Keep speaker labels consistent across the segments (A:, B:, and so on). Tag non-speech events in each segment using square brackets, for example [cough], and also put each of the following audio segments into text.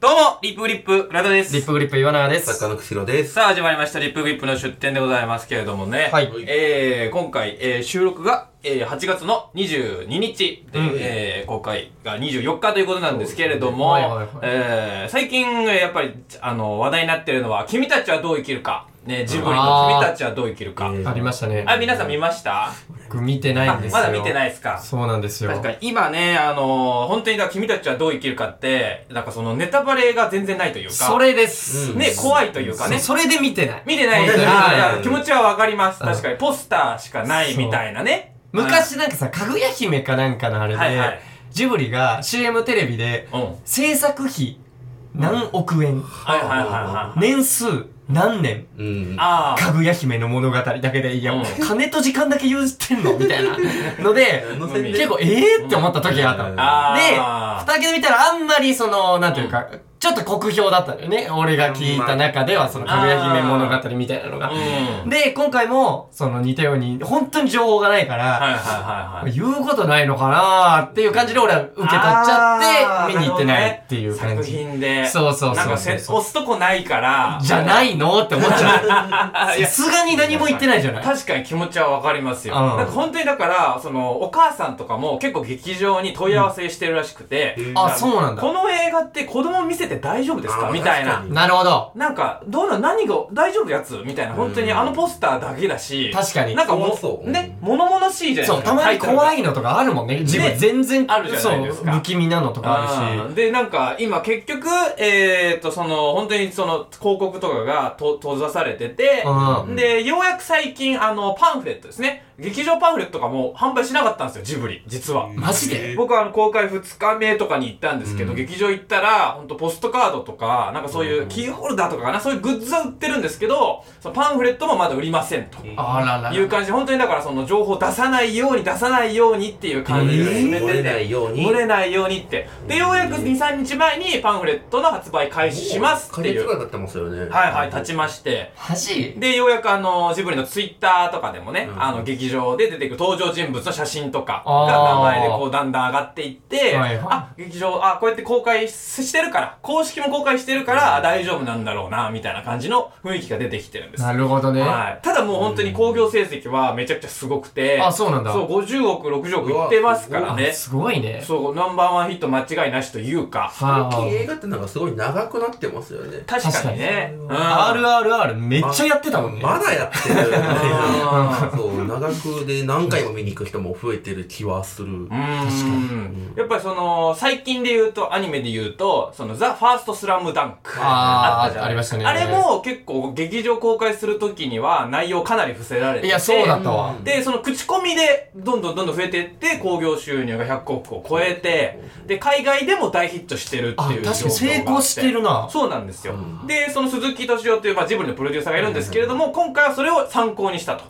A: どうも、リップグリップ、倉田です。
B: リップグリップ岩永で
C: 作
B: す。
C: 家のくしろです。
A: さあ、始まりました、リップグリップの出店でございますけれどもね。
B: はい
A: えー、今回、えー、収録が、えー、8月の22日で、えー、公開が24日ということなんですけれども、
B: はいはいはい
A: えー、最近、えーやっぱり、あの、話題になってるのは、君たちはどう生きるか。ね、ジブリの
B: あー
A: 君たちはどう生きるか。
C: えー
B: ありましたね。
A: あ、皆さん見ました
B: 僕見てないんですよ。
A: まだ見てないですか
B: そうなんですよ。
A: 確かに今ね、あの本当にだから君たちはどう生きるかって、なんかそのネタバレが全然ないというか、
B: それです。
A: ね、怖いというかね
B: そ、それで見てない。
A: 見てない
B: 本当に見てない
A: あー気持ちはわかります。
B: うん
A: 確かに、ポスターしかないみたいなね。
B: 昔なんかさ、かぐや姫かなんかのあれで、
A: はいはい
B: ジブリが CM テレビで、
A: うん。はい
B: 制作費何億円、
A: はいはいはい。
B: 年数何年、
C: うん。
A: ああ。
B: かぐや姫の物語だけで、いや、
A: うん
B: 金と時間だけ言ってんのみたいな。
A: [laughs]
B: ので、
C: 乗せて
B: 結構、えーって思った時があったの。
C: うん
B: で、
A: あ
B: 蓋開けてみたらあんまりその、なんていうか、ちょっと酷評だったのよね。俺が聞いた中では、その、かぐや姫物語みたいなの
A: あ。うん。
B: が。
A: はい
B: で、今回も、その似たように、本当に情報がないか
A: はい
B: ら、
A: はいはい。
B: 言うことないのかなーっていう感じで俺は受け取っちゃって、見に行ってないっていう感
A: 作
B: じ。
A: 品で。
B: そうそうそうそう
A: なんかせ押すとこないから。
B: じゃないのって思っちゃ
A: [laughs] あ
B: う。さすがに何も言ってないじゃない。
A: 確かに気持ちはわかりますよ。
B: うん
A: なんか本当にだから、その、お母さんとかも結構劇場に問い合わせしてるらしくて、
C: うん
B: あ、そうなんだ。
A: この映画って子供見せて大丈夫ですか
C: あー
A: みたい
C: 確
A: な
C: か。に
B: なるほど。
A: なんか、どうなの何が大丈夫やつみたいな。本当に
C: うん
A: あのポスターだけだし。
B: 確かに
A: なんかも
C: 怖そう
A: ね、物々しいじゃない
B: そ
A: で
B: う、
A: すか。
B: たまに怖
A: い。
B: いのとかあるもんね。自
A: ね
B: 分全然、
A: あるじゃないですか
B: そう、不気味なのとかあるし
A: あ。ーで、なんか、今結局、えー、っと、その、本当にその、広告とかがと閉ざされてて、
B: うん
A: で、ようやく最近、あの、パンフレットですね。劇場パンフレットとかも販売しなかったんですよ、ジブリ。実は。
B: マジで
A: 僕はあの公開2日目とかに行ったんですけど、
C: うん
A: 劇場行ったら、ほんとポストカードとか、なんかそういうキーホルダーとかかな、そういうグッズは売ってるんですけど、そのパンフレットもまだ売りませんと。
B: あららら。
A: いう感じで、本当にだからその情報を出さないように出さないようにっていう感じで進めてて、
C: えー漏れないように
A: 漏れないようにって。で、ようやく2、3日前にパンフレットの発売開始しますっていう。
C: く
A: は
C: らい経ってますよね。
A: いはい、立ちまして。
B: マジ
A: で、ようやくあの、ジブリのツイッターとかでもね、
C: うん
A: あの、劇場で出てくる登場人物の写真とか
B: あー
A: が名前でこう、だんだん上がっていって、
B: はいはい
A: あ、劇場、あ、こうやって公開してるから、公式も公開してるから、あ大丈夫なんだろうな、みたいな感じの雰囲気が出てきてるんです。
B: なるほどね。
A: はい。ただもう本当に興行成績はめちゃくちゃすごくて、
B: あ、そうなんだ。
A: そう、50億、60億いってますから
B: あ
A: ね。
B: すごいね。
A: そう、ナンバーワンヒット間違いなしというか、
B: は
C: 最近映画ってなんかすごい長くなってますよね。
A: 確かにね。
C: 確
A: うん
C: かに
B: あ。RRR めっちゃやってたもんね。
C: まだやってる。
A: あ
C: そう、長くで何回も見に行く人も増えてる気はする
A: う。ーん。やっぱりその、最近で言うと、アニメで言うと、その、ザ・ファースト・スラムダンク。
B: あー
A: ったじゃん
B: ありましたね
A: あれも結構、劇場公開するときには、内容かなり伏せられてて。
B: いや、そうだったわ。
A: で、その口コミで、どんどんどんどん増えていって、興行収入が100億を超えて、で、海外でも大ヒットしてるって
B: あ、
A: い
B: 確
A: う
B: かに成功してるな。
A: そうなんですよ。
C: うん
A: で、その鈴木敏夫という、まあ、ジブリのプロデューサーがいるんですけれども、今回はそれを参考にしたと。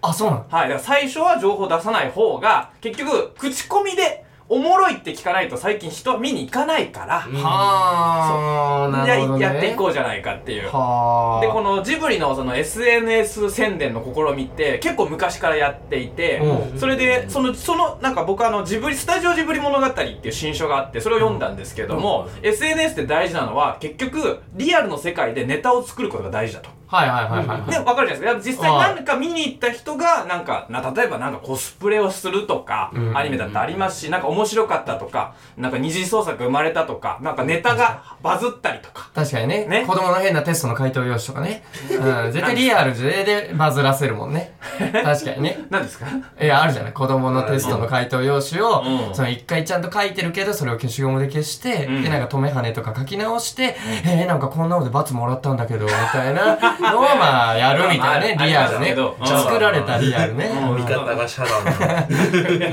B: あ、そうなの
A: はい。だから最初は情報出さない方が、結局、口コミで、おもろいって聞かないと最近人は見に行かないから、
C: うん
B: はあ、なるほどね。
A: ややっていこうじゃないかっていう。
B: はあ。
A: で、このジブリのその SNS 宣伝の試みって結構昔からやっていて、
B: う
A: それで、その、その、なんか僕あの、ジブリ、スタジオジブリ物語っていう新書があって、それを読んだんですけども、SNS で大事なのは、結局、リアルの世界でネタを作ることが大事だと。
B: はいはいはいはいはい。
A: で、わかるじゃないですか。実際なんか見に行った人が、なんか、な、例えばなんかコスプレをするとか、
B: ん
A: アニメだってありますし、なんか面白かったとか、なんか二次創作生まれたとか、なんかネタがバズったりとか。
B: 確かにね
A: ね
B: 子供の変なテストの回答用紙とかね。うん、絶対リアルでバズらせるもんね。確かにね。
A: 何ですか
B: えあるじゃない子供のテストの回答用紙を、
A: うん
B: その一回ちゃんと書いてるけど、それを消しゴムで消して、
A: うん
B: で、なんか止め跳ねとか書き直して、えー、なんかこんなので罰もらったんだけど、みたいなのを、まあ、やるみたいなね、
A: [laughs] まあ
B: リアル
A: ありま。すけ
B: ね
A: どうん
B: 作られたリアルね。
A: うん
C: 味方がシャラ
A: [laughs]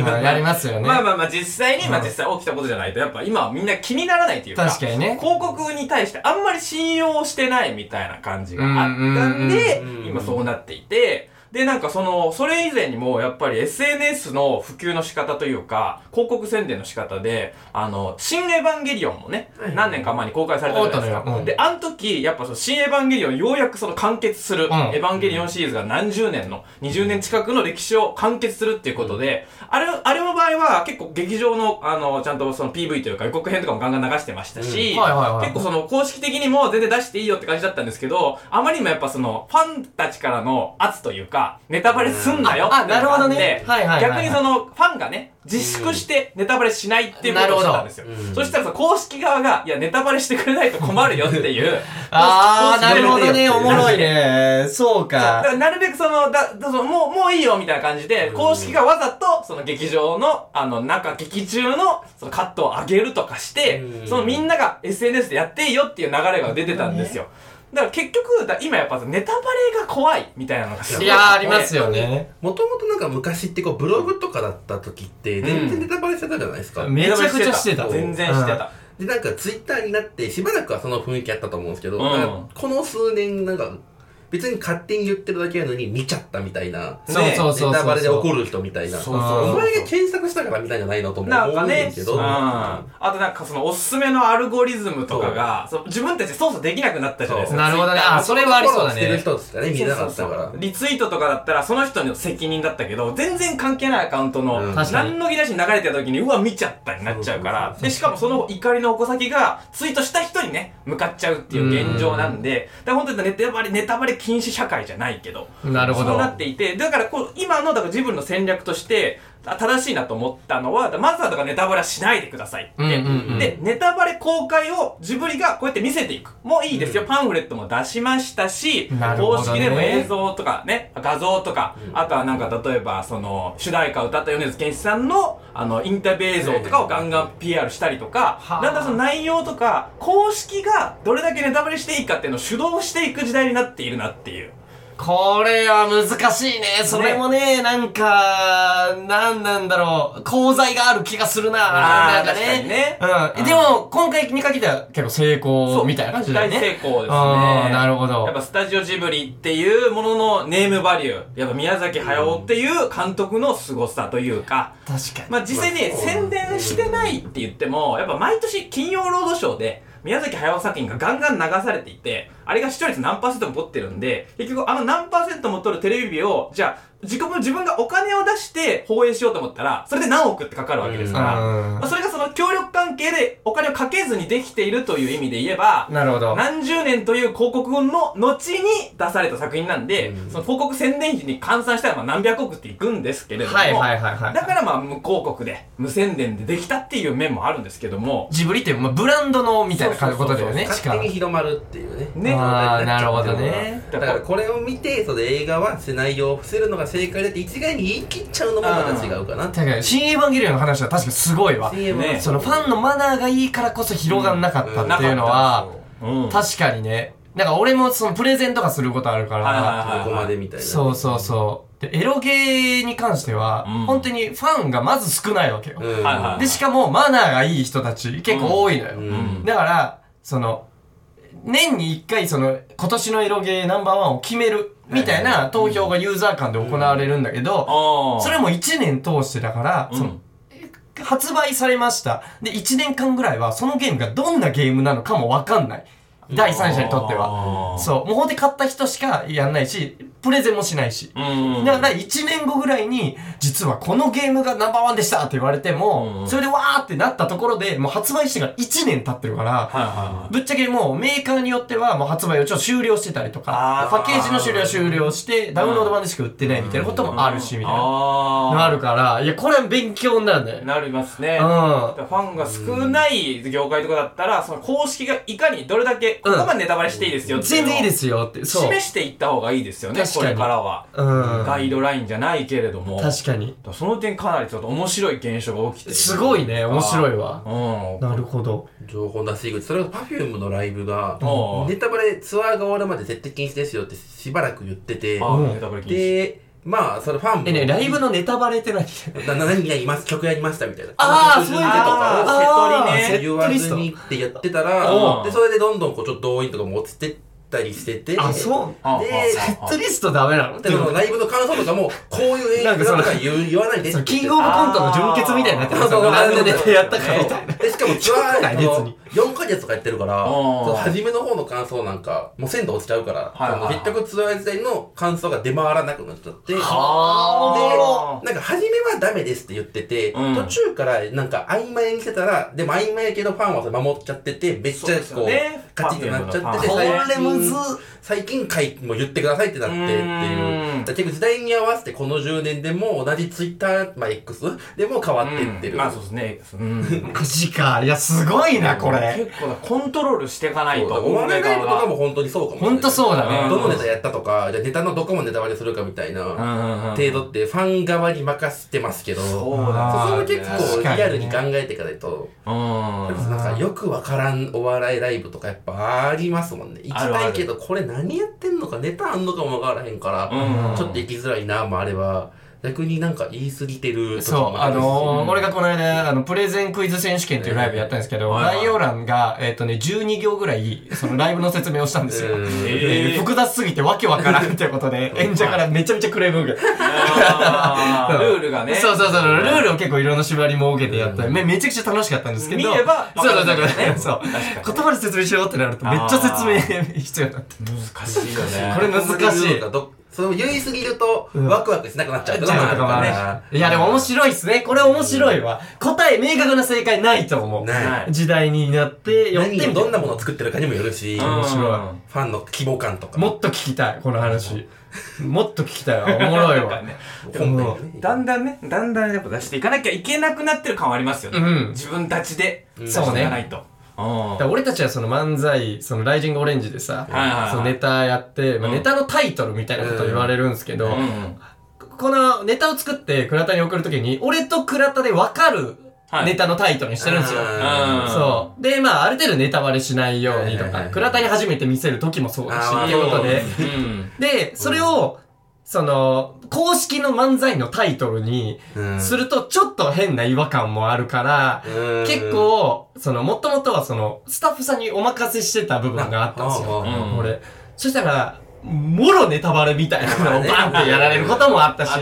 C: な
B: うんやりますよね。
A: まあまあまあ実際に、まあ実際起きたことじゃないと、やっぱ今はみんな気にならないというか、
B: 確かにね。
A: 広告に対してあんまり信用してないみたいな感じがあったんで
C: うんうんうんう、ん
A: 今そうなっていて、で、なんかその、それ以前にも、やっぱり SNS の普及の仕方というか、広告宣伝の仕方で、あの、新エヴァンゲリオンもね、何年か前に公開されたじゃないです
B: あった
A: か
B: のよ。うん
A: で、 [laughs] あの時、やっぱその、新エヴァンゲリオン、ようやくその完結する、エ
B: ん
A: ヴァンゲリオンシリーズが何十年の、20年近くの歴史を完結するっていうことで、あれ、あれの場合合は結構劇場の、あの、ちゃんとその PV というか予告編とかもガンガン流してましたし、
B: うんはいはいはい
A: 結構その公式的にも全然出していいよって感じだったんですけど、あまりにもやっぱそのファンたちからの圧というか、ネタバレすんなよ
B: ああ
A: っていうのがあって
B: なるほどねはいはいはいはい
A: 逆にそのファンがね、自粛してネタバレしないっていうことをしてたんですよ
C: なるほどう。ん
A: そしたらその公式側が、いや、ネタバレしてくれないと困るよって
B: [laughs]
A: いう、
B: あー、なるほどね、
C: そう
B: おもろいね。そう
A: だ [laughs] か
B: か。
A: らなるべくその、だ、だそのもう、もういいよみたいな感じで、
C: うん
A: 公式がわざと、その劇場の、あの、中、劇中の、そのカットを上げるとかして、
C: うん
A: そのみんなが SNS でやっていいよっていう流れが出てたんですよ。だから結局、だ今やっぱネタバレが怖いみたいなのがすご
B: い
A: い
B: やー、ありますよね。
C: もともとなんか昔ってこうブログとかだった時って全然ネタバレしてたじゃないですか。
B: めちゃくちゃしてた。
A: 全然して
B: うん。
A: た。
C: で、なんかツイッターになってしばらくはその雰囲気あったと思うんですけど、
A: うん
C: なんかこの数年なんか別に勝手に言ってるだけなのに見ちゃったみたいな。
B: そう
A: ね
B: そうそうそう。
C: ネタバレで怒る人みたいな。
A: そう
B: そうそう
C: お前が検索したからみたいじゃないのとも
A: な
C: 思
A: ん
C: う
A: か
C: んで
A: ね
C: す、け
A: う
C: ど。
A: ん。あとなんかそのおすすめのアルゴリズムとかが、その自分たちで操作できなくなったじゃないですか。
B: なるほどね。あ、それはありそうだ
C: フォローしてる
B: ね。
C: 人ですかね、見れなかったから。
A: そうそうそうリツイートとかだったらその人の責任だったけど全然関係ないアカウントの
C: うん
B: 確かに
A: 何の気なしに流れてた時にうわ見ちゃったになっちゃうからでしかもその怒りの矛先がツイートした人にね向かっちゃうっていう現状なんでだから本当にネタバレネタバレ禁止社会じゃないけど
B: なるほど
A: そうなっていてだからこう今のだから自分の戦略としてあ正しいなと思ったのはだからまずはだからネタバレはしないでくださいって、
B: うんうんうん
A: でネタバレ公開をジブリがこうやって見せていくもういいですよ、パンフレットも出しましたし、
B: なるほ
A: 公
B: どね
A: 式でも映像とかね画像とか、あとはなんか例えばその主題歌を歌った米津玄師さんのあのインタビュー映像とかをガンガン PR したりとか、
B: はあ
A: なんかその内容とか公式がどれだけネタバレしていいかっていうのを主導していく時代になっているなっていう。
B: これは難しいね。それもね、なんか、なんなんだろう。功罪がある気がするな。
A: あー
B: なんか
A: 確かにね
B: うん。でも、今回に限っては結構成功みたいな感じだ
A: 大
B: よね。
A: 成功ですね。
B: あーなるほど
A: やっぱスタジオジブリっていうもののネームバリュー。やっぱ宮崎駿っていう監督の凄さというか、
B: 確か
A: まあ実際ね、宣伝してないって言っても、やっぱ毎年金曜ロードショーで、宮崎駿作品がガンガン流されていて、あれが視聴率何パーセントも取ってるんで、結局あの何パーセントも取るテレビ日を、じゃあ、自己分自分がお金を出して放映しようと思ったら、それで何億ってかかるわけですから、
B: うん
A: まあそれがその協力関係でお金をかけずにできているという意味で言えば、
B: に。なるほど。
A: 何十年という広告の後に出された作品なんで、
C: うん
A: その広告宣伝費に換算したらまあ何百億っていくんですけれども、
B: はいはいはいはい
A: だからまあ無広告で、無宣伝でできたっていう面もあるんですけども、
B: ジブリって、まあ、ブランドのみたいなことだよね。
C: 勝手に
B: 力
C: 広まるっていうね。
A: ね
B: あーなるほど
A: ね
C: だからこれを見て、その映画はシナリオを伏せるのが正解だって一概に言い切っちゃうのもまた違うかなって。
B: 確かに、新エヴァンゲリオンの話は確かにすごいわ。
C: CM
A: ね
B: そのファンのマナーがいいからこそ広がんなかったっていうのは、
A: うん
B: 確かにね。なんか俺もそのプレゼントがすることあるから、
A: はいはいはい
C: ここまでみたいな。
B: そうそうそう。で、エロゲーに関しては、
A: うん
B: 本当にファンがまず少ないわけよ。
C: うん。
A: はいはい
B: で、しかもマナーがいい人たち結構多いのよ。
C: うん
B: だから、その、年に一回その、今年のエロゲーナンバーワンを決める、みたい
C: はい
B: な投票がユーザー間で行われるんだけど、
A: あ
B: それ
A: も、
B: も1年通してだから、
A: うん
B: その、発売されました。で、1年間ぐらいはそのゲームがどんなゲームなのかもわかんない。第三者にとっては。
A: は
B: そう。もうほんで買った人しかやんないし、プレゼンもしないし。
A: うん。
B: だから1年後ぐらいに、実はこのゲームがナンバーワンでしたって言われて
A: うんう
B: も、
A: ん
B: それでわーってなったところで、もう発売してから1年経ってるから、
A: はいはいはい。
B: ぶっちゃけもうメーカーによってはもう発売をちょっと終了してたりとか
A: あ、ー
B: パッケージの終了は終了して、ダウンロード版でしか売ってないみたいなこともあるし、みたいな。
A: あー
B: のあるから、いや、これは勉強になるんだよね。
A: なりますね。
B: うん
A: だからファンが少ない業界とかだったら、その公式がいかにどれだけ、ここまでネタバレしていいですよっていう
B: 全
A: のを
B: 然いいですよって。そう。
A: 示していった方がいいですよね、
B: 確か
A: こ
B: に
A: れからは。
B: うん。
A: ガイドラインじゃないけれども。
B: 確かに。
A: だからその点かなりちょっと面白い現象が起きてる
B: すごいね、面白いわ。
A: うん。
B: なるほど。
C: 情報出し口。それこそ Perfume のライブが、
A: うん
C: ネタバレツアーが終わるまで絶対禁止ですよってしばらく言ってて、
A: あ
B: うん
A: ネタバレ禁止。
C: で、まあ、それファンも。
B: え、ね、ライブのネタバレって何
C: なな何やります曲やりましたみたいな。
B: あー
C: こ
B: そう
C: の曲
B: いう
A: こと
C: とか
A: あー
C: を
A: セ
C: 言わずにってやってたら
B: うん、
C: で、それでどんどんこうちょっと動員とかも落ちてっったりしてて、
B: あ、そう
A: あ
C: で
A: あ
B: セットリストダメなの
C: でもライブの感想とかも、こういう演出だとか言う言わないでって
B: そ
C: 言
B: の
C: って。
B: キングオブコントの純潔みたいになってる
C: そうそうそう
B: 何でやったかみたいな。
C: で、しか
B: [laughs]
C: もツアー
B: よくない別
C: の
B: に
C: 4ヶ月とかやってるから、
A: あー
C: その初めの方の感想なんか、もう鮮度落ちちゃうから、
A: はいはいはい
C: その結局ツアー自体の感想が出回らなくなっちゃって、で、
A: はあ
C: なんか初めはダメですって言ってて、
A: うん
C: 途中からなんか曖昧にしてたら、でも曖昧やけどファンはそれ守っちゃってて、めっち
A: そう
C: ゃこう、
A: ですよね
C: カチッとなっちゃってて、
A: ファンへの
C: 最近
B: これむずっ
C: 最近回も言ってくださいってなってっていう。
A: うん
C: だから結局時代に合わせてこの10年でも同じツイッター、まあ X でも変わっていってる。
A: まあそうですね。うん。
B: マジか。いや、すごい [laughs] な、これ。
A: 結構だコントロールしていかないと。
C: お笑いライブとかも本当にそうかもしれない。
B: 本当そうだ
A: ね
C: んどのネタやったとか、じゃあネタのどこもネタ割りするかみたい
A: うん
C: な
A: うんうん。
C: 程度ってファン側に任せてますけど、そ
A: そうだ。
C: こ
B: あ
C: も
B: ー
C: 結
B: 確か
C: 構
B: にね
C: リアルに考えていかないと、
A: うん。
C: なんかよくわからんお笑いライブとかやっぱありますもんね。行き
A: ある
C: たいけど、これ何やってんのかネタあんのかもわからへんから
A: うん、
C: ちょっと行きづらいなもあれば、逆になんか言い過ぎてる時
B: そう、
C: も
B: あ
C: るし
B: のー俺がこの間、あの、プレゼンクイズ選手権っていうライブやったんですけど、
A: はいはい
B: 概要欄が、えっ、とね、12行ぐらい、そのライブの説明をしたんですよ。
C: うん
B: で複雑すぎてわけわからんってことで、演者からめちゃめちゃクレームを受けた。
A: あールールがね。
B: そうそうそう、ルールを結構いろんな縛りも受けてやった、
C: うん
B: めめちゃくちゃ楽しかったんですけど。
A: 見れば
B: そうそう
A: わか
B: だ
A: る
B: か
A: んだよ
B: ら
A: ね
B: ね、 [laughs] そう
A: 確か。に
B: 言葉で説明しようってなると、めっちゃ説明必要になって。
A: 難しいよね。
B: これ難しい。
C: どそれを言い過ぎると、
B: うん
C: ワクワクしなくなっちゃうと
B: ち
C: か
B: ゃう
C: もあ
A: [laughs]
B: と
C: る
B: かも
C: か
B: ある
C: ら
B: し。いや、でも面白いっすね。これ面白いわ。答え、明確な正解ないと思う。
C: ない
B: 時代になって、よってみ
C: 何
B: て
C: をどんなものを作ってるかにもよるし、
A: うん
B: 面
C: フ
B: 白
C: ァンの規模感とか、
B: もっと聞きたい、この話。もっと聞きたいわ。おも
A: [laughs]
B: ろいわ。
C: 本
B: も
C: 編ね
A: だんだんね、だんだんやっぱ出していかなきゃいけなくなってる感はありますよね。
B: うん
A: 自分たちで
C: うん
A: 出していかないと。うん
B: だから俺たちはその漫才、そのライジングオレンジでさ
A: はいはいはい、
B: そのネタやって、まあ
A: うん
B: ネタのタイトルみたいなこと言われるんですけど
A: う、ん
B: このネタを作って倉田に送るときに、俺と倉田で分かる
A: はい
B: ネタのタイトルにしてるんですよ。
C: あ
A: ー
B: そう。で、まあ、ある程度ネタバレしないようにと
C: はいはいはいは
B: か、
C: い
B: 倉田に初めて見せる時もそうだし、
C: あー
B: っていうことで。
A: うん。
B: で、それを、その、公式の漫才のタイトルに
C: うん
B: すると、ちょっと変な違和感もあるから、
C: うん
B: 結構、その、もともとはその、スタッフさんにお任せしてた部分があったんですよ。
C: あああ
A: うん
B: 俺。そしたら、もろネタバレみたいなのをバンってやられることもあったし、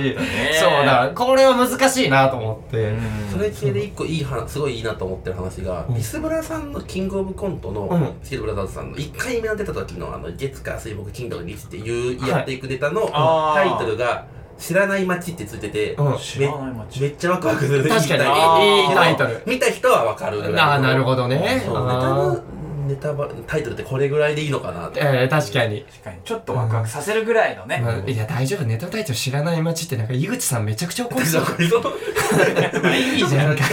B: そうだから、これは難しいなと思って。
C: あそれ系で一個いい話、すごいいいなと思ってる話が、
B: うん
C: ビスブラさんのキングオブコント
B: う
C: の
B: ん、
C: シルブラザーズさんの1回目の出た時の、あの、月火水木金土日っていう、
B: はい
C: やっていくネタの
A: あ
C: タ
A: ー
C: イトルが、知らない街ってついてて、
B: うん
A: 知らない街
C: めめっちゃワクワクする。
B: 確か
C: 見た
A: い
B: に、いいタイトル。
C: 見た人はわかる。
B: ああ、なるほどね。
C: そうネタ
B: あ
C: のネタバレタイトルってこれぐらいでいいのかな
B: ー
C: って
B: えー、確かに。
A: 確かに、ちょっとワクワクさせるぐらいのね。
B: まあいや、大丈夫。ネタタイトル知らない街って、なんか、井口さんめちゃくちゃ怒
C: [laughs]
B: ってた。
A: まあいい
B: じゃんなんか。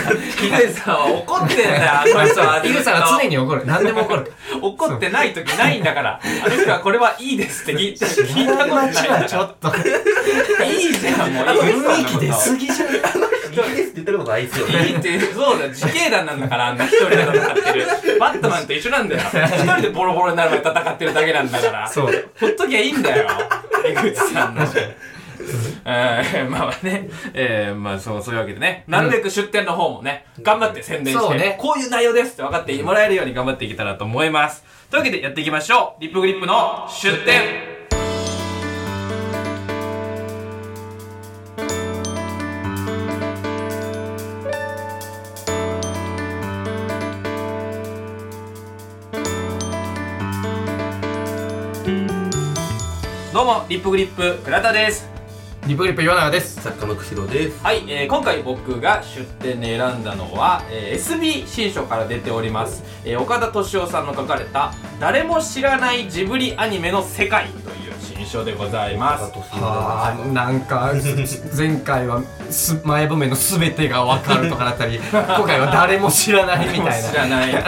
A: ヒデさんは怒ってんだよ、 [laughs] あの人は。
B: 井口さんは常に怒る。何でも怒る。
A: [laughs] 怒ってない時ないんだから。あの人はこれはいいですって聞いた聞いたことない。
B: 街はちょっと、
A: いいじゃん、もう。
B: 雰囲気出すぎじゃない
C: い [laughs] いですって言ってることないですよ
A: いいって、そうだよ、自警団なんだから、あんな一人で戦ってる。バットマンと一緒なんだよ。一人でボロボロになるまで戦ってるだけなんだから。
B: そう。
A: ほっときゃいいん
B: [laughs]
A: だよ。江口さんの。えー、まあね、えー、まあそう、そういうわけでね、なるべく出店の方もね、頑張って宣伝し
B: そ
A: て、
B: うね
A: こういう内容ですって分かってもらえるように頑張っていけたらと思います。というわけでやっていきましょう。リップグリップの出店。どうも、リップグリップ、倉田です。
B: リプリプ岩永です。
C: 作家の釧路です
A: はい、えー今回僕が出店で選んだのは、えー SB 新書から出ております、えー岡田敏夫さんの書かれた「誰も知らないジブリアニメの世界」という新書でございます
B: あーなんか前回はす前褒めの全てが分かるとかだっ
A: [laughs]
B: たり今回は誰も知らないみたい
A: 知
B: な
A: らない本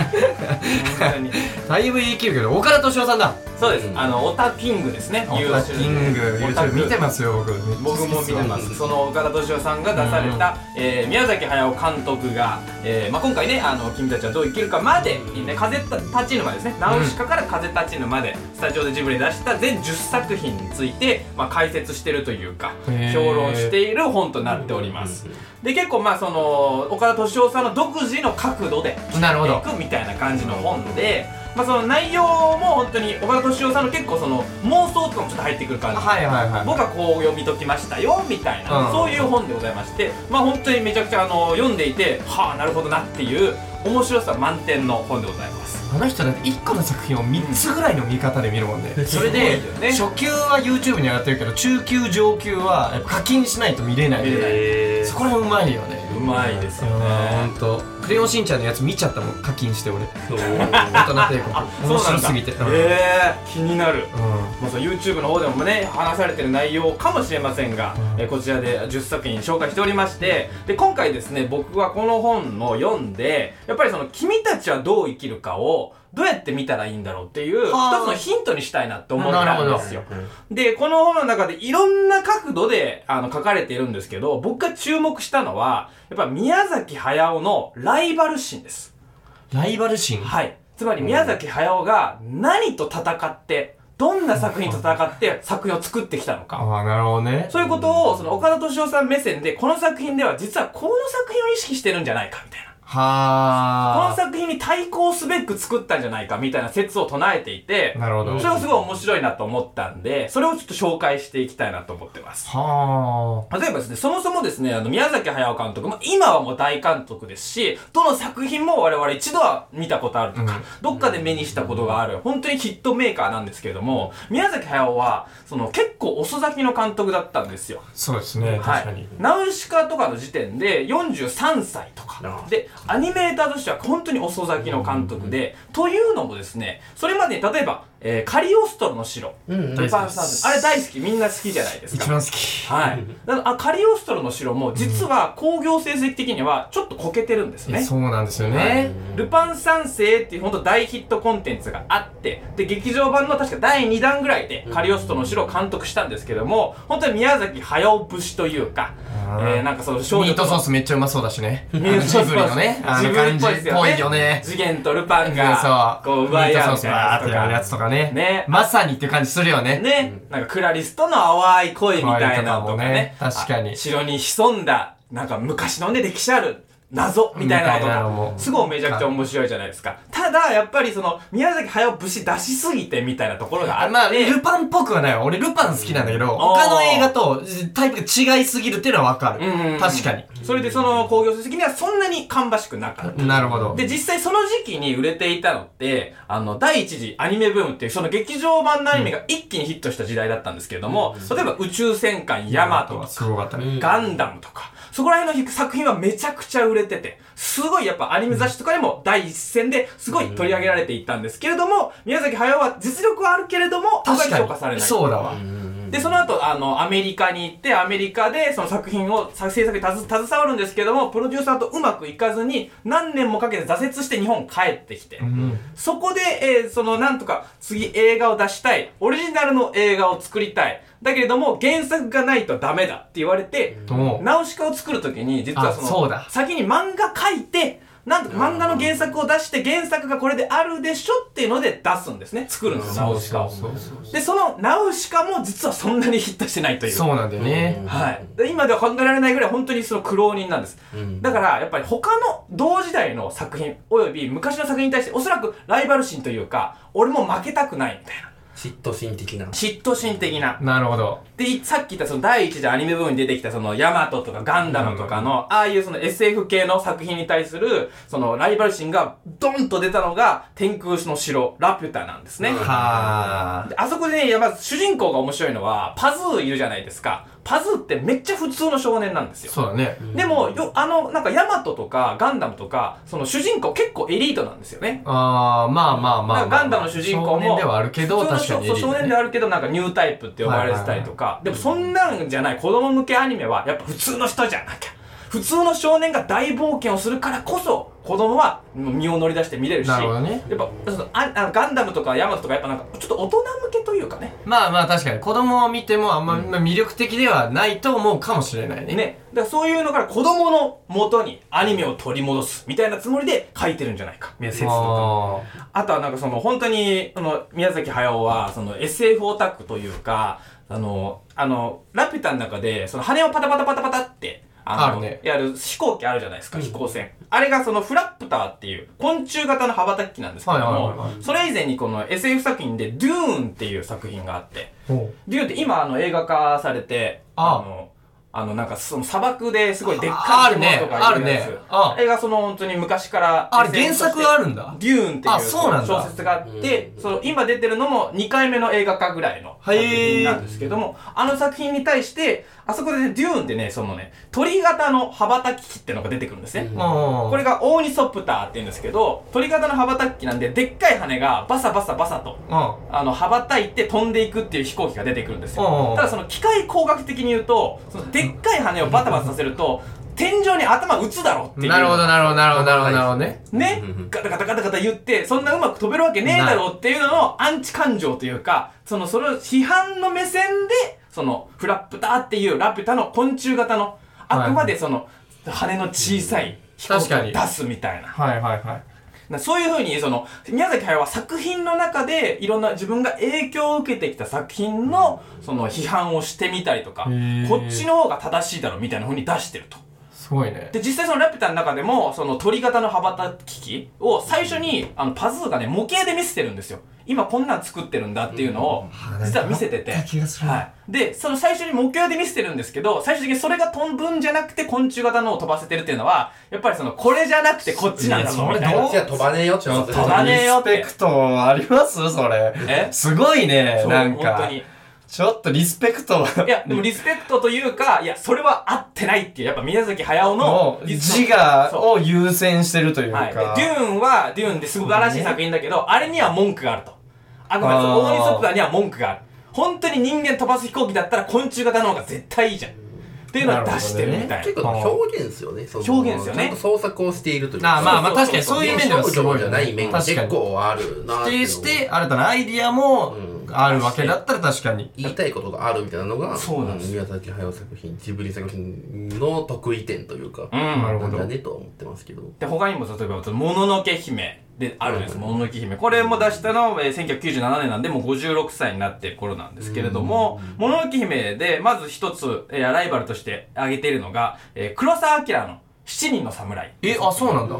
A: 当に
B: だいぶ言い切るけど岡田敏夫さんだ
A: そうです、
C: うん
A: あのオタキングですね
B: オタキング
A: YouTube オタ
B: YouTube
A: キング
B: 見てますよ僕
A: 僕も見てま
C: う
A: す
C: ん
A: その岡田敏夫さんが出された、えー宮崎駿監督が、えーまあ、今回ね「あの君たちはどう生きるか」まで、ね「風立ちぬ」までですね「ナウシカ」から「風立ちぬ」までスタジオでジブリで出した全10作品について、まあ、解説してるというか
B: へー
A: 評論している本となっておりますで結構まあその岡田敏夫さんの独自の角度で
B: なるほ
A: や
B: ど
A: っていくみたいな感じの本で、まあその内容も本当に岡田斗司夫さんの結構その妄想とかもちょっと入ってくる感じ
B: はいはいはい
A: 僕はこう読み解きましたよみたいな、
B: うん
A: そういう本でございましてまあ本当にめちゃくちゃあの読んでいてはあなるほどなっていう面白さ満点の本でございます
B: あの人だって1個の作品を3つぐらいの見方で見るもんね、そ
A: すごいよ
B: れで、
A: ね
B: 初級は YouTube に上がってるけど中級上級はやっぱ課金しないと見れない
A: 見れない
C: え
B: そこら辺うまいよね
A: うまいです
B: う
A: よ
B: ん
A: ね
B: ほんと「クレヨンしんちゃん」のやつ見ちゃったもん課金して俺
C: そう
B: 大人帝
A: あそ
B: 国
A: うなん
B: 面白
A: だ
B: すぎてうん
A: えー、気になる
B: うん
A: まあ、その YouTube の方でもね話されてる内容かもしれませんが、えーこちらで10作品紹介しておりましてで今回ですね僕はこの本を読んでやっぱりその「君たちはどう生きるか」をどうやって見たらいいんだろうっていう一つ
B: はあ
A: のヒントにしたいなって思っ
B: なる
A: た
B: ほ
A: ん
B: ど
A: ですよ。で、この本の中でいろんな角度であの書かれているんですけど、僕が注目したのは、やっぱ宮崎駿のライバル心です。
B: ライバル心
A: はい。つまり宮崎駿が何と戦って、どんな作品と戦
B: [laughs]
A: って作品を作ってきたのか。
B: ああなるほどね
A: そういうことを、その岡田敏夫さん目線で、この作品では実はこの作品を意識してるんじゃないか、みたいな。こ
B: は
A: の
B: あ
A: 作品に対抗すべく作ったんじゃないか、みたいな説を唱えていて、
B: なるほど
A: それがすごい面白いなと思ったんで、それをちょっと紹介していきたいなと思ってます。
B: は
A: 例えばですね、そもそもですね、あの、宮崎駿監督も、今はもう大監督ですし、どの作品も我々一度は見たことあるとか、どっかで目にしたことがある、本当にヒットメーカーなんですけれども、宮崎駿は、その、結構遅咲きの監督だったんですよ。
B: あそうですね
A: は
B: 確か
A: い
B: に、
A: ナウシカとかの時点で43歳とか
C: あ
A: でアニメーターとしては本当に遅咲きの監督で、というのもですねそれまでに例えば、えーカリオストロの城」
C: うんうん
A: ルパン三世あれ大好きみんな好きじゃないです
B: 一
A: か。
B: 番好き
A: はい、だからあカリオストロの城も実は興行成績的にはちょっとこけてるんですね。
B: そうなんですよね
A: ね、ルパン三世っていう本当大ヒットコンテンツがあってで劇場版の確か第2弾ぐらいでカリオストロの城を監督したんですけども本当に宮崎駿節というか、
B: あー
A: えー、なんかその少
B: ミ
A: 女
B: ー
A: と
B: ト
A: の
B: ソースめっちゃうまそうだ
A: [laughs]
B: しね
A: ミートソ
B: ジ
A: ース
B: ブリのねあの感
A: ジブ
B: じ
A: リ
B: っぽいよね
A: 次元とルパンが
B: そ
A: こう
B: うミ
A: 奪
B: ー
A: い
B: トソ
A: 合う
B: ー
A: み
B: ス
A: たい
B: バー
A: な
B: ってやるや
A: や
B: つ
A: つ
B: と
A: とか
B: かね
A: ね
B: まさにって感じするよね
A: ね、なんかクラリスとの淡い恋みたいなのとかね
B: 淡いとかもね確かに
A: あ城に潜んだなんか昔のね歴史ある謎みたいなのと
B: みたいなの
A: か
B: も
A: すごいめちゃくちゃ面白いじゃないですかただやっぱりその宮崎駿節出しすぎてみたいなところがあ
B: あ
A: って、
B: まあ、ルパンっぽくはないわ。俺、ルパン好きなんだけど、他の映画とタイプが違いすぎるっていうのはわか
A: うんうんう
B: る。
A: ん
B: 確かに。
A: それでその興行成績にはそんなに芳しくなかった
B: なるほど。
A: で、実際その時期に売れていたのって、あの、第一次アニメブームっていう、その劇場版のアニメが一気にヒットした時代だったんですけれども、例えば宇宙戦艦ヤマトと
B: は
A: か、
B: すごかったね。
A: ガンダムとか、そこら辺の作品はめちゃくちゃ売れてて、すごいやっぱアニメ雑誌とかでも第一線ですごい取り上げられていったんですけれども、宮崎駿は実力はあるけれども、
B: 確
A: 評価さ
B: か
A: れ
B: に。
A: ない。
B: そうだわ。
A: で、その後、あの、アメリカに行って、アメリカでその作品を、さ制作にたず携わるんですけども、プロデューサーとうまくいかずに、何年もかけて挫折して日本帰ってきて、
B: うん
A: そこで、えーその、なんとか、次映画を出したい、オリジナルの映画を作りたい、だけれども、原作がないとダメだって言われて、
B: もう
A: ナウシカを作るときに、実はその、
B: あそうだ
A: 先に漫画書いて、なんとか漫画の原作を出して、原作がこれであるでしょっていうので出すんですね。作るんです、ナウシカを。
B: そうそう
A: で、そのナウシカも実はそんなにヒットしてないという。
B: そうなんだよね。
A: はい。で今では考えられないぐらい本当にその苦労人なんです。だから、やっぱり他の同時代の作品、および昔の作品に対して、おそらくライバル心というか、俺も負けたくないみたいな。
C: 嫉妬心的な
A: 嫉妬心的な。
B: なるほど。
A: で、さっき言ったその第一次アニメ部分に出てきたそのヤマトとかガンダムとかの、ああいうその SF 系の作品に対する、そのライバル心がドンと出たのが、天空の城、ラピュタなんですね。
B: はあ。
A: であそこでね、やっぱ主人公が面白いのは、パズーいるじゃないですか。パズーってめっちゃ普通の少年なんですよ。
B: そうだね。
A: でも、よ、あの、なんかヤマトとかガンダムとか、その主人公結構エリートなんですよね。
B: あー、まあまあまあまあ。
A: ガンダムの主人公も
B: 少年ではあるけど、
A: 普通の
B: 確かにエ
A: そう
B: リー
A: 少
B: トね。
A: 年であるけど、なんかニュータイプって呼ばれてたりとか、でもそんなんじゃない子供向けアニメは、やっぱ普通の人じゃなきゃ。普通の少年が大冒険をするからこそ、子供はもう身を乗り出して見れるし、
B: なるほどね
A: やっぱそのああのガンダムとかヤマトとか、やっぱなんかちょっと大人向けというかね、
B: まあまあ確かに子供を見てもあんままあ魅力的ではないと思うかもしれないね。
A: ね、だからそういうのから子供の元にアニメを取り戻すみたいなつもりで書いてるんじゃないか。説とか。
B: あー
A: あとはなんかその本当に、あの、宮崎駿は、その SF オタクというか、あの、あの、ラピュタの中で、その羽をパタパタパタパタって、あ
B: ある
A: の、
B: ね
A: やる飛行機あるじゃないですか、
B: うん
A: 飛行船。あれがそのフラップターっていう昆虫型の羽ばたきなんですけども、
B: はいはいはいはい
A: それ以前にこの SF 作品でドゥーンっていう作品があって、
B: ほ
A: デューンって今あの映画化されて、
B: ああ
A: の、あのなんかその砂漠ですごいでっ
B: ああ
A: かい
B: るね
A: 生き物とかいるやつ。
B: あるねああ
A: れがその本当に昔から
B: あれ原作があ
A: る
B: るんだ。
A: デューンっていう
B: あそうなんだ
A: 小説があって、
C: うん
A: その今出てるのも2回目の映画化ぐらいの作品なんですけども、あの作品に対して、あそこでね、デューンってね、そのね、鳥型の羽ばたき機ってのが出てくるんですね。
C: うん
B: こ
A: これがオーニソプターって言うんですけど、鳥型の羽ばたき機なんで、でっかい羽がバサバサバサと、
B: う
A: あの、羽ばたいて飛んでいくっていう飛行機が出てくるんです
B: うんうんう
A: よ
B: ん。
A: ただその機械工学的に言うと、そのでっかい羽をバタバタさせると、天井に頭打つだろってい
B: ん。
A: う。
B: なるほど、なるほど、なるほど、なるほど、なるほどね。
A: ね
C: うんうんうん、
A: ガタガタガタガタ言って、そんなうまく飛べるわけねえだろうっていうののアンチ感情というか、その、それを批判の目線で、その、フラップターっていうラピュタの昆虫型の、あくまでその、羽の小さい飛行機を
B: 確
A: 出
B: かに
A: すみたいな。
B: はいはいはい。
A: なそういうふうに、その、宮崎駿は作品の中で、いろんな自分が影響を受けてきた作品の、その、批判をしてみたりとか
B: へ、ー
A: こっちの方が正しいだろうみたいな風に出してると。
B: すごいね。
A: で、実際そのラピュタの中でも、その鳥型の羽ばたき機を最初に、あの、パズーがね、模型で見せてるんですよ。今こんなん作ってるんだっていうのを、実は見せてて。
B: なんかあった気がする
A: はい。で、その最初に模型で見せてるんですけど、最終的にそれが飛ぶんじゃなくて昆虫型のを飛ばせてるっていうのは、やっぱりその、これじゃなくてこっちなんだもんみたい
B: い
A: な
B: やそれど
C: こっちは飛ばねえよってことで
A: ちょっとねえよって
B: リスペクトありますそれ。
A: え
B: すごいね、
A: そう
B: なん
A: 本
B: か
A: 当。に。
B: ちょっとリスペクトは。
A: いや、でもリスペクトというか、いや、それは合ってないっていう、やっぱ宮崎駿の
B: の
A: リス
B: 自
A: ペクト
B: 我
A: そ
B: を優先してるという
A: う
B: か。
A: はい。で、デューンは、デューンで素晴らしい作品だけど、あれには文句があると。あ、ごめんなさい、
B: あー
A: オーニソプターには文句がある。本当に人間飛ばす飛行機だったら昆虫型の方が絶対いいじゃん。っていうのは出してるみたいな。
C: 結構表現ですよね。その
A: 表現ですよね
C: ちゃんと創作をしているという
B: あまあま
A: そうそうそう
B: あ確かにそういう面ではすごい
C: じ
B: よ
C: ゃ
B: ね。
C: ない面が
B: 確か
C: 結
B: に。
C: 構あるなっ
B: 否
C: てい
B: 定
C: うのを
B: して、新たなアイディアも
C: うん
B: あるわけだったら確かに。
C: 言いたいことがあるみたいなのが
A: そうなんです
C: 宮崎駿作品ジブリ作品の得意点というか、
A: うん。
B: なる
C: な
B: ほ
C: ん
B: ど
C: だねとは思ってますけど
A: で、他にも、例えば、もののけ姫であるんです、
C: うん
A: もののけ姫。これも出したのは、えー1997年なんで、もう56歳になってる頃なんですけれども、もののけ姫で、まず一つ、えーライバルとして挙げているのが、えー黒澤明の七人の侍。
B: え、あ、そうなんだ。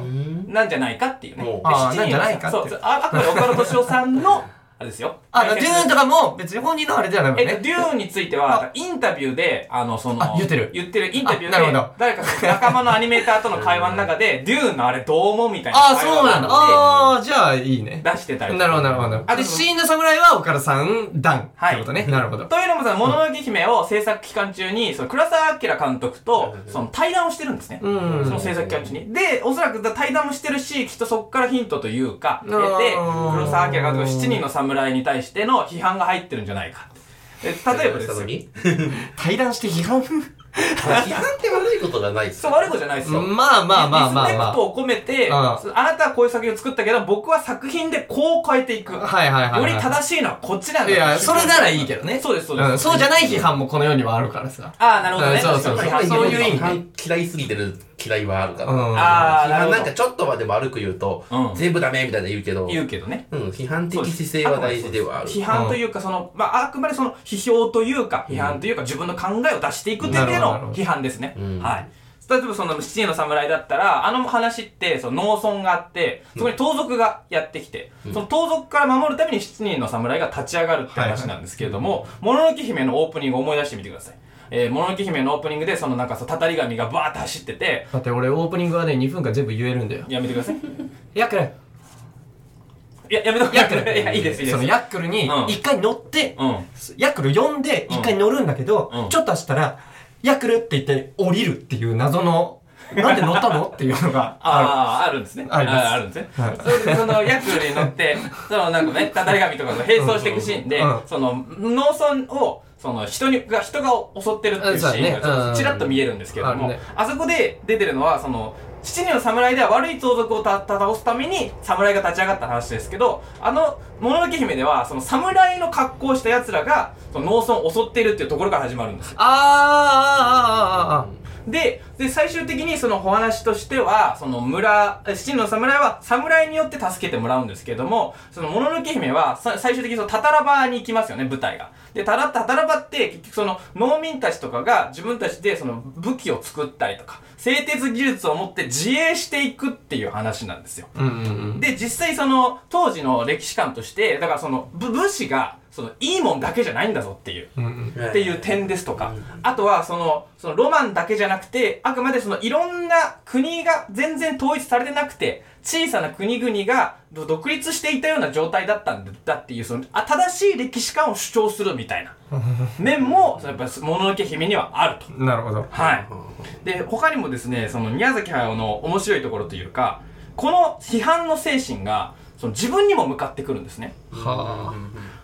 A: なんじゃないかっていうね。
C: おう
A: で
B: あー
A: 七人の侍
B: なんじゃないかって
A: そうそう。あ、あくまで岡田敏夫さんの、あれですよ。
B: あ、だからデューンとかも別に本人のあれではないもん
A: えっと、
B: ね。
A: デューンについては、なんかインタビューで、あの、その
B: あ、言ってる
A: 言ってる、インタビューで、
B: あなるほど
A: 誰か仲間のアニメーターとの会話の中で、デューンのあれどう思うみたいな
B: あ、
A: 会話
B: そうなんだ。
A: があっ
B: あー、じゃあいいね。
A: て出してたりとか
B: なるほど、なるほど。
A: あ
B: あ、
A: と
B: で、死んだ侍は岡田さん、ダン。っ
A: はい
B: てことね。なるほど。
A: というのもさ、もののけ姫を制作期間中に、その倉沢明監督と
C: う、ん
A: その対談をしてるんですね。
B: うん
A: その制作期間中に。で、おそらく対談もしてるし、きっとそこからヒントというか、
B: う
A: 得
B: ん
A: て、黒沢明監督が7人の侍に対しての批判が入ってるんじゃないかって。で例えばです
C: したの
A: よ。
C: に
B: 対談して批判
C: 批判って悪いことじゃないです
A: そう、悪いことじゃないですよ。
B: まあまあまあま
A: リス
B: あ
A: ペク
B: ま
A: トを込めて、
B: うん
A: あなたはこういう作品を作ったけど、僕は作品でこう変えていく。
B: あ。はいはいはい
A: よ
B: はい。
A: り正しいのはこっちなん
B: い
A: だ
B: や、それならいいけどね。
A: そうです、そう
B: う
A: で
B: ん、
A: す。
B: そうじゃない批判もこの世にはあるからさ。
A: ああ、なるほどね。
B: うんそうそう
A: 確かに
B: そういう意味
C: 味嫌いすぎてる嫌いはあるから、
B: うん
C: 批
A: ああ、なる
C: 判
A: ほ
C: なん
A: ど
C: か。ちょっとはでも悪く言うと、
A: うん
C: 全部ダメみたいな言うけど
A: 言うけどね。
C: うん、批判的姿勢は大事ではある
A: 批判というか、その、まあ、あくまでその、批評というか、批判というか、自分の考えを出していくという意味で
B: なるほどなる
A: の
B: ほど
A: 批判ですね。
C: うん
A: はい。例えばその、七人の侍だったら、あの話って、その農村があって、そこに盗賊がやってきて、その盗賊から守るために七人の侍が立ち上がるって話なんですけれども、もののけ姫のオープニングを思い出してみてください。えー、もののけ姫のオープニングで、そのなんかそう、たたり神がバーって走ってて、
B: だって俺オープニングはね、2分間全部言えるんだよ。
A: やめてください。
B: ヤックル
A: いや、やめてく
B: ヤ
A: だ
B: ック
A: さい。
B: ル
A: いや、いいです、いいです。
B: そのヤックルに
A: うん
B: 一回乗って、
A: うん。
B: ヤックル呼んで一回乗るんだけど、
A: うん
B: ちょっと走ったら、ヤックルって言って降りるっていう謎の、なんで乗ったのっていうのが
A: あ
B: あ
A: あ、あるんですね。
B: あります
A: ーあるんですね。
B: はい
A: それでその、ヤクルに乗って、 [laughs] その、なんかね、たたり神とかが並走していくシーンで
B: うんうん、
A: その、農村を、その、人に、が、人が襲ってるっていうシ
B: そうだね
A: ーン
B: う
A: が、
B: ん
A: ちらっと見えるんですけれど
B: あ
A: も
B: るね、
A: あそこで出てるのは、その、七人の侍では悪い盗賊をた倒すために侍が立ち上がった話ですけど、あの、もののけ姫では、その侍の格好をした奴らが、その農村を襲っているっていうところから始まるんですよ
B: る。あーあーあーあーあー
A: で、で、最終的にそのお話としては、その村、七人の侍は侍によって助けてもらうんですけども、そのもののけ姫はさ最終的にそのタタラバに行きますよね、舞台が。で、タラ、タタラバって結局その農民たちとかが自分たちでその武器を作ったりとか、製鉄技術を持って自衛していくっていう話なんですよ。
B: うんうんうん。
A: で、実際その当時の歴史観として、だからそのぶ武士が、そのいいもんだけじゃないんだぞっていう。
B: うんうん
A: っていう点ですとか、あとはその、そのロマンだけじゃなくて、あくまでそのいろんな国が全然統一されてなくて、小さな国々がど独立していたような状態だったんだっていう、その、あ正しい歴史観を主張するみたいな面も、やっぱり、もののけ姫にはあると。
B: なるほど。
A: はい。で、他にもですね、その宮崎駿の面白いところというか、この批判の精神が、その自分にも向かってくるんですね。
B: は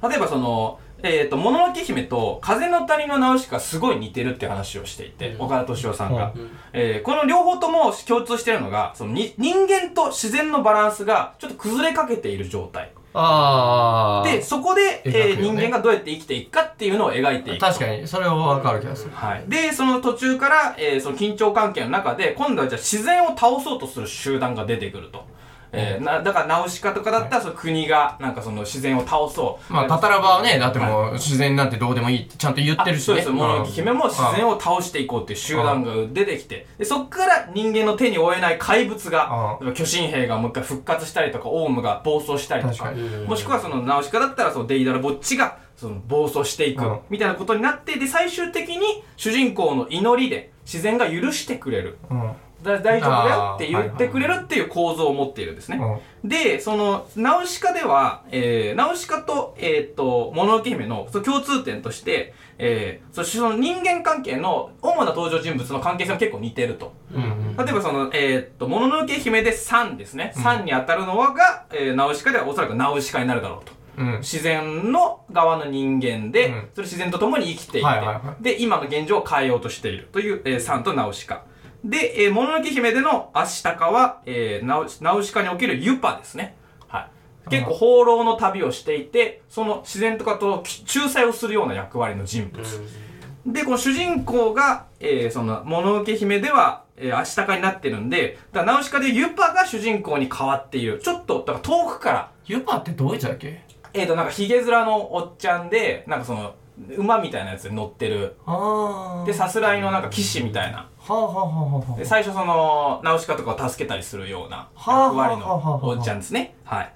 A: 例えばその、えっ、と、もののけ姫と風の谷のナウシカがすごい似てるって話をしていて、岡田敏夫さんが。
C: ん
A: えーこの両方とも共通してるのが、そのに人間と自然のバランスがちょっと崩れかけている状態。
B: あ。ああ。
A: で、そこで、え
B: 描く
A: ー
B: よね
A: 人間がどうやって生きていくかっていうのを描いていく。
B: 確かに、それはわかる気がする。
A: はい。で、その途中から、えーその緊張関係の中で、今度はじゃあ自然を倒そうとする集団が出てくると。えーな、だからナウシカとかだったら、その国が、なんかその自然を倒そう。
B: まあ、タタラバはね、だってもう、自然なんてどうでもいいってちゃんと言ってるし
A: そう
B: ね。
A: ですよ。物置姫も自然を倒していこうっていう集団が出てきて、でそっから人間の手に負えない怪物が、
B: う
A: 巨神兵がもう一回復活したりとか、オウムが暴走したりとか、
B: 確か
A: もしくはそのナウシカだったらそのデイダラボッチがその暴走していく
B: うん
A: みたいなことになって、で、最終的に主人公の祈りで自然が許してくれる。
B: うん。うん
A: だ大丈夫だよって
B: あー
A: 言
B: はいはい
A: ってくれるっていう構造を持っているんですね。
B: うん
A: で、その、ナウシカでは、えー、ナウシカと、えーっと、もののけ姫のその共通点として、えー、そしてその人間関係の主な登場人物の関係性も結構似てると。
B: うん。
A: 例えばその、えーっと、もののけ姫で3ですね。3に当たるのはが、えー、ナウシカではおそらくナウシカになるだろうと。
B: うん。
A: 自然の側の人間で、
B: うん
A: それ自然と共に生きていて、
B: はいはいは
A: で、今の現状を変えようとしているという、えーサンとナウシカ。で、えー、もののけ姫でのアシタカは、えーナウナウシカにおけるユパですね。はい。結構、放浪の旅をしていて、その自然とかとき仲裁をするような役割の人物。で、この主人公が、えー、その、もののけ姫では、えー、アシタカになってるんで、だからナウシカでユパが主人公に変わっている。ちょっと、だから遠くから
B: ユパってどういうやつだっけ
A: えー、と、なんか、ヒゲ面のおっちゃんで、なんかその、馬みたいなやつに乗ってる。
B: ああ。
A: で、さすらいのなんか騎士みたいな。
B: はあはあはあはあ
A: で、最初その、ナウシカとかを助けたりするような役
B: はあはあ
A: 割
B: はあはあ
A: のおっちゃんですね。はい。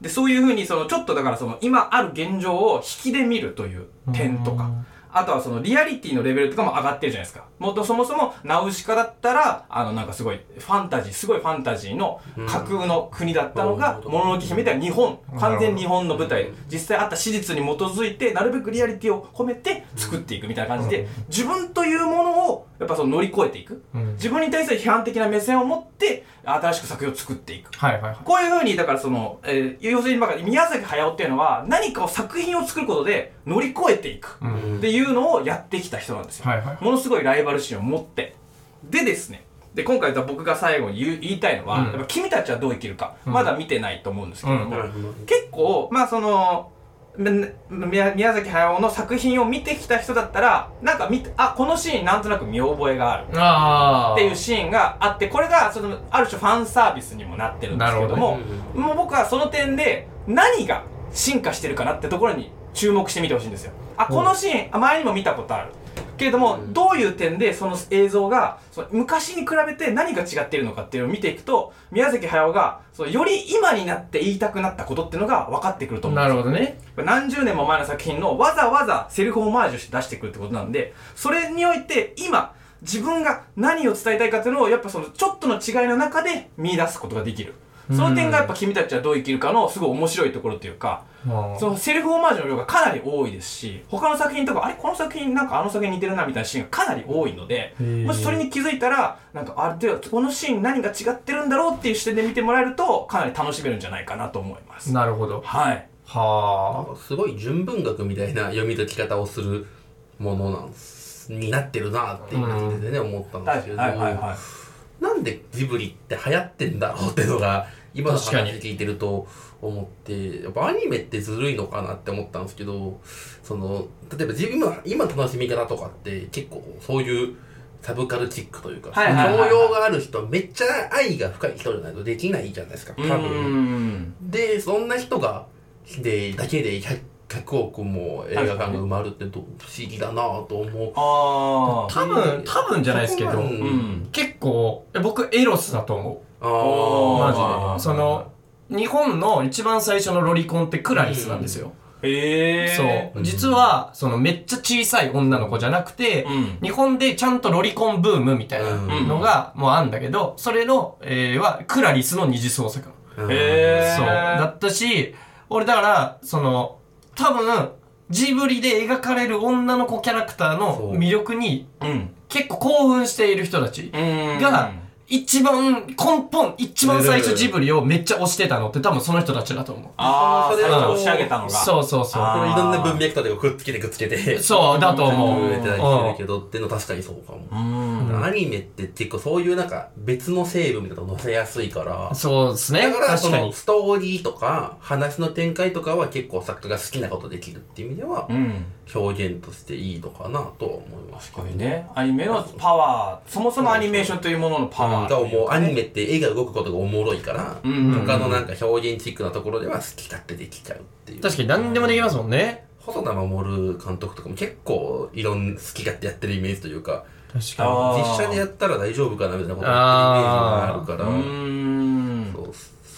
A: で、そういうふうに、その、ちょっとだからその、今ある現状を引きで見るという点と
B: う
A: か
B: ん。
A: あとはその、リアリティのレベルとかも上がってるじゃないですか。もっとそもそも、ナウシカだったら、あの、なんかすごい、ファンタジー、すごいファンタジーの架空の国だったの
C: う
A: が
C: ん、
A: もののけ姫では日本、完全
B: なるほど
A: に日本の舞台、実際あった史実に基づいて、なるべくリアリティを込めて作っていくみたいな感じで、自分というものを、やっぱその乗り越えていく。
B: うん
A: 自分に対する批判的な目線を持って、新しく作品を作っていく。
B: はいはいはい。
A: こういうふうに、だからその、えー要するに、まあ宮崎駿っていうのは、何かを作品を作ることで乗り越えていく。
B: うん。はい
A: っていうのをやってきた人なんですよ。
B: はいはい。
A: ものすごいライバル心を持って。でですね、で、今回僕が最後に言う言いたいのは、
B: うん
A: やっぱ君たちはどう生きるか、
B: うん
A: まだ見てないと思うんですけども、
B: うん
C: なるほど
A: 結構、まあその、み宮宮崎駿の作品を見てきた人だったら、なんか見て、あ、このシーンなんとなく見覚えがある。
B: ああ。
A: っていうシーンがあって、これが、その、ある種ファンサービスにもなってるんですけど
B: な
A: も、もう僕はその点で、何が進化してるかなってところに注目してみてほしいんですよ。あ、このシーン、あ前にも見たことある。けれども、どういう点でその映像が、その昔に比べて何が違っているのかっていうのを見ていくと、宮崎駿が、そのより今になって言いたくなったことっていうのが分かってくると思うんですよ
B: なるほどね。
A: 何十年も前の作品のわざわざセリフをオマージュして出してくるってことなんで、それにおいて今、自分が何を伝えたいかっていうのを、やっぱそのちょっとの違いの中で見出すことができる。その点がやっぱ君たちはどう生きるかのすごい面白いところというか、そのセリフオマージュの量がかなり多いですし、他の作品とか、あれこの作品なんかあの作品似てるなみたいなシーンがかなり多いので、
B: ー
A: もしそれに気づいたら、なんかあれでこのシーン何が違ってるんだろうっていう視点で見てもらえると、かなり楽しめるんじゃないかなと思います。
B: なるほど。
A: はい。
B: は
C: すごい純文学みたいな読み解き方をするものなんすになってるなっていう感じでね、思ったんですけど、
A: はいはいはい。
C: なんでジブリって流行ってんだろうってのが今の話
B: 確かに
C: 聞いてると思ってやっぱアニメってずるいのかなって思ったんですけどその例えば自分今今の楽しみ方とかって結構そういうサブカルチックというか、
A: はいはいはいはい
C: 教養がある人、めっちゃ愛が深い人じゃないとできないじゃないですか、多
A: う
C: 分。
A: ん。
C: で、そんな人が、で、だけで 100, 100億も映画館が埋まるってどう不思議だなぁと思う。
A: ああ。
B: 多分、多分じゃないですけ
C: う
B: ど、
A: うん
C: ん。
B: 結構、え僕エロスだと思
C: あ
B: う。
A: お
C: ー
A: ー
B: マ
A: あ
B: ジ
A: ー
B: で。その、日本の一番最初のロリコンってクラリスなんですよ。
A: へえ。
B: そう。
C: うん
B: 実は、そのめっちゃ小さい女の子じゃなくて、
A: うん
B: 日本でちゃんとロリコンブームみたいなのがもうあんだけど、それの、えーはクラリスの二次創作なの。
C: うん
A: へー
B: そう。だったし、俺だから、その、多分、ジブリで描かれる女の子キャラクター
C: そ
B: の
C: う
B: 魅力に
A: うん。
B: 結構興奮している人たち
A: うん。
B: が、一番根本、一番最初
C: ね
B: ジブリをめっちゃ推してたのって多分その人たちだと思
A: ああ、
C: そ
A: 最
C: れ
A: 初
B: を
A: 押し上げたの
B: う。
A: が。
B: そうそうそ
A: あ
B: う。
C: これいろんな文脈とかをくっつけてくっつけて。
B: そう、だと思う。
C: 植えてたりしてるけどっていうの確かにそうかも。
A: うん。
C: アニメって結構そういうなんか別の成分みたいなの載せやすいから。
B: そうですね。
C: だから
B: 確
C: そ
B: か
C: の
B: に。
C: ストーリーとか話の展開とかは結構作家が好きなことできるっていう意味では
A: うん。
C: 表現としていいのかなとは思いますけ
A: こ
C: ど
A: ういうね、アニメのパワー、そもそもアニメーションというもののパワー。
C: がもうアニメって絵が動くことがおもろいから、
A: うんうんうん
C: 他のなんか表現チックなところでは好き勝手できちゃうっていう。
B: 確かに何でもできますもんね。
C: 細田守監督とかも結構いろんな好き勝手やってるイメージというか、
B: 確
A: にあー
C: 実写でやったら大丈夫かなみたいなこと
A: う
C: やってるイメージがあるから、
A: ん。
C: そう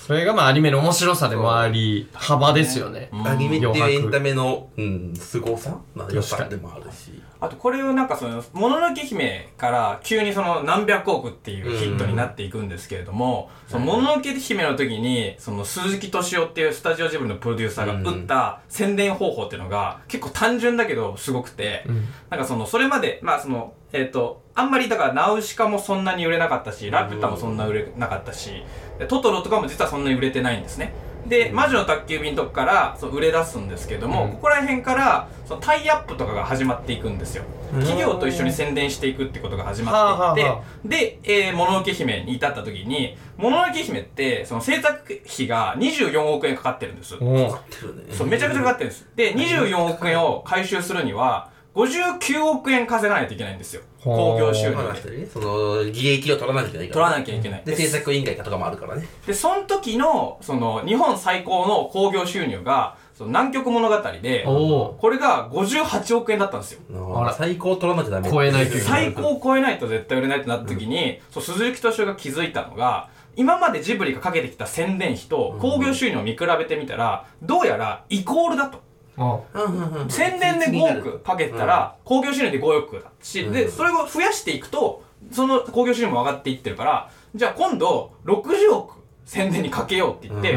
B: それがまあアニメの面白さでもあり、幅ですよね。
C: アニメっていうエンタメの、うん、凄さ、まあ、良さでもあるし。
A: あとこれをなんかその、もののけ姫から急にその何百億っていうヒットになっていくんですけれども、そのもののけ姫の時に、その鈴木敏夫っていうスタジオジブリのプロデューサーが打った宣伝方法っていうのが結構単純だけどすごくて、なんかその、それまで、まあその、えっ、と、あんまりだからナウシカもそんなに売れなかったし、ラピュタもそんな売れなかったし、でトトロとかも実はそんなに売れてないんですね。で、魔女の宅急便とかからそう売れ出すんですけども、
B: うん
A: ここら辺からそのタイアップとかが始まっていくんですよ。企業と一緒に宣伝していくってことが始まってい
B: はあはあは
A: って、で、えー、もののけ姫に至った時に、もののけ姫って、その制作費が24億円かかってるんです。
B: うん。
C: ってるね。
A: そう、めちゃくちゃかかってるんです。で、24億円を回収するには、59億円稼がないといけないんですよ。
B: ほ
A: 興
B: う
A: 行収
C: まあ
A: 入
C: 話し
A: で。
C: たよねその、利益を取らなきゃいけないか
A: 取
C: ら。
A: らなきゃいけない。
C: で、制作委員会とかもあるからね。
A: で、その時の、その、日本最高の興行収入が、その南極物語で、
B: お
A: これが58億円だったんですよ。
B: あら
C: 最高取らなきゃダメ。
B: 超えないといけな
A: 最高を超えないと絶対売れないってなった時に、そう鈴木敏夫が気づいたのが今までジブリがかけてきた宣伝費と興行収入を見比べてみたら、どうやらイコールだと。
B: お。
C: うん
A: 宣伝で5億かけてたら、興行収入で5億だし、
C: うん
A: で、それを増やしていくと、その興行収入も上がっていってるから、じゃあ今度、60億宣伝にかけようって言って、
B: へえ。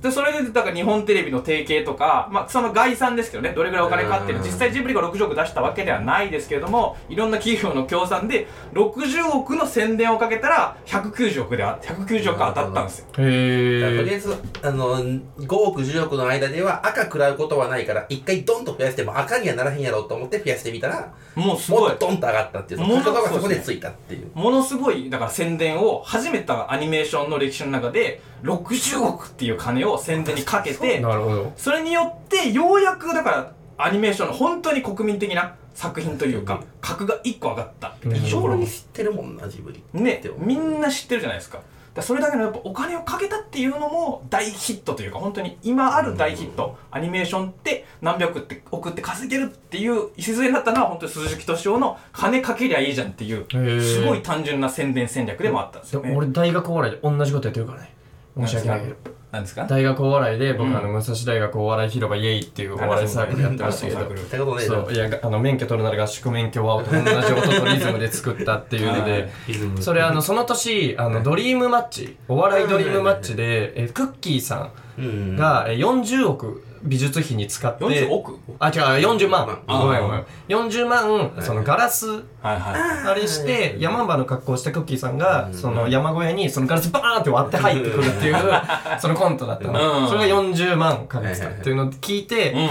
A: で、それで、だから日本テレビの提携とか、まあ、その概算ですけどね、どれぐらいお金かっていうの
C: うん
A: 実際ジブリが60億出したわけではないですけれども、いろんな企業の協賛で、60億の宣伝をかけたら、190億であ、190億当たったんですよ。
B: へ
C: とりあ
B: え。
C: えず、あの、5億、10億の間では赤食らうことはないから、一回ドンと増やしても赤にはならへんやろうと思って増やしてみたら、
A: もうす
C: も
A: ごい
C: っと。ドンと上がったっていう、そ
A: もの
C: の
A: すごい
C: 言葉がそこでついたっていう。
A: ものすごい、だから宣伝を、初めてアニメーションの歴史の中で、60億っていう金を宣伝にかけて、
B: なるほど。
A: それによって、ようやく、だから、アニメーションの本当に国民的な作品というか、格が1個上がった。
B: うん
A: 一
C: 非
A: 生
C: 常に知ってるもんな、ジブリ。
A: ね
C: でも
A: みんな知ってるじゃないですかだからそれだけのやっぱお金をかけたっていうのも大ヒットというか本当に今ある大ヒット、アニメーションって何百って億って稼げるっていう礎になったのは本当に鈴木敏夫の金かけりゃいいじゃんっていう
B: へえ
A: すごい単純な宣伝戦略でもあったんですよね
B: 俺大学お笑いで同じことやってるからね。申し訳ないけど。
A: なんですか
B: 大学お笑いで
A: う
B: 僕
A: ん
B: あの武蔵大学お笑い広場イエイっていうお笑いサークルやってましたけ
A: サーク
B: ど
A: ル
C: 聞いたことねえ
B: そういやあの免許取るなら合宿免許は同じ音とリズムで作ったっていうの
A: は
B: で
A: い
C: な。
B: それあのその年あのドリームマッチお笑いドリームマッチでえクッキーさ
C: うん
B: んがえ40億美術費に使って
A: 40億
B: あ違う40万
C: あ
B: ごめんごめん40万
C: い
B: そのガラス
A: はいは
B: あれして山場の格好をしたクッキーさんが
C: うん
B: その山小屋にそのガラスバーンって割って入ってくるっていう [laughs] そのコントだった
A: うん
B: のそれが40万かけてたっていうのを聞いて
A: いうん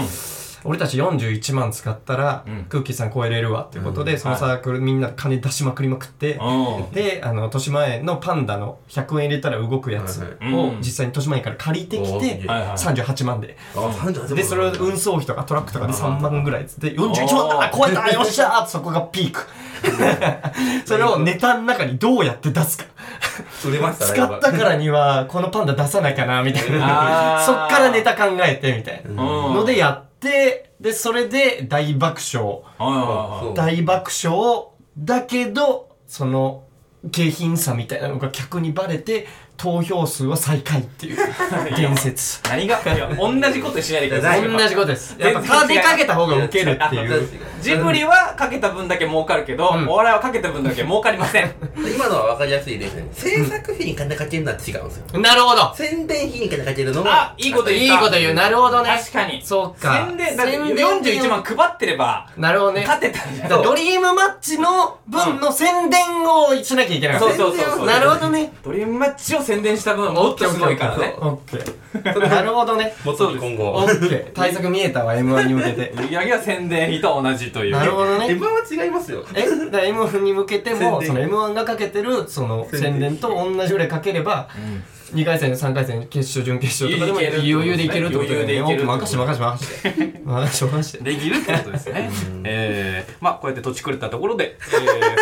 B: 俺たち41万使ったら、
A: うん
B: クッキーさん超えれるわっていうことで、
A: うん
B: そのサークルみんな金出しまくりまくって、
A: うん
B: で、あの、豊島園のパンダの100円入れたら動くやつ
C: はいはい
B: を
A: うん
B: 実際に豊島園から借りてき
C: おーすげ
B: て、
C: え
A: はいはい
B: 38万で。
C: あ、38
B: で、それを運送費とかトラックとかで3万ぐらいっつって、41万だ
A: おー
B: 超えたよっしゃーそこがピーク。それをネタの中にどうやって出すか。
C: 売れました
B: 使
C: ね
B: ったからには、このパンダ出さなきゃな、みたい
A: あー
B: な。そっからネタ考えて、みたい
C: うん
B: な。のでやって、で、それで大爆笑。
A: あ
B: 大爆笑だけど、その、景品差みたいなのが客にバレて、投票数は最下位っていう伝説。
A: あ。何がいや、同じことしないでください。
B: 同じことです。やっぱ金かけた方がウケるっていう。
A: ジブリはかけた分だけ儲かるけど、
B: うん
A: お笑いはかけた分だけ儲かりま
B: [laughs]
A: せん。
C: 今のは分かりやすいですね制作費に金かけるのは違うんですよ
B: なるほど。
C: 宣伝費に金かけるの
A: あ
C: は、
A: いいこと言
B: い
A: っ
B: い
A: た。
B: こと言う。なるほどね。
A: 確かに。
B: そうか。
A: 宣伝、だって
B: 宣伝っていう
A: 41万配ってれば、
B: なるほどね。
A: 勝てたんだ
B: だからドリームマッチの分の宣伝をしなきゃいけない
A: そうそうそうそう。
B: なるほどね。
A: ドリームマッチを宣伝した分、もっとすごいからね。
B: オッケー。なるほどね。
C: もっと今
B: オ
C: 後
B: ッケー。対策見えたわ、M1 に向け [laughs] て。
A: 売り上げは宣伝費と同じという。
B: なるほ
C: [laughs]
B: ど
C: M1
B: ね。
C: は違いますよ
B: え、だから M1 に向けても、そ
C: 宣
B: の
C: 伝
B: M1 がかけてる、その
C: 宣伝
B: 宣伝と同じぐらいかければ、2回戦、3回戦、決勝、準決勝とかでも
A: いけるってことですね
B: 余裕でいけるってことだよね。
A: 余裕でいけるってこと
B: 任して任して任
A: [laughs]
B: して。任して任して。
A: できるってことですね。えー、まあ、こうやって土地狂ったところで、え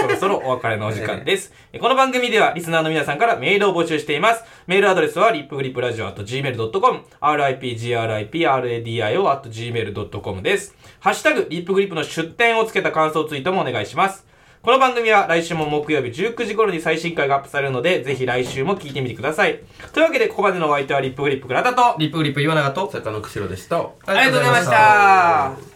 A: ー、そろそろお別れのお時間です。えーこの番組では、リスナーの皆さんからメールを募集しています。メールアドレスは、リップグリップラジオ .gmail.com、ripgripradio .gmail.com です。ハッシュタグ、リップグリップの出展をつけた感想ツイートもお願いします。この番組は来週も木曜日19時頃に最新回がアップされるので、ぜひ来週も聞いてみてください。というわけで、ここまでのお相手はリップグリップ倉田と、
B: リップグリップ岩永と、
C: 坂の釧路でした
B: あ
A: ありがとうございました。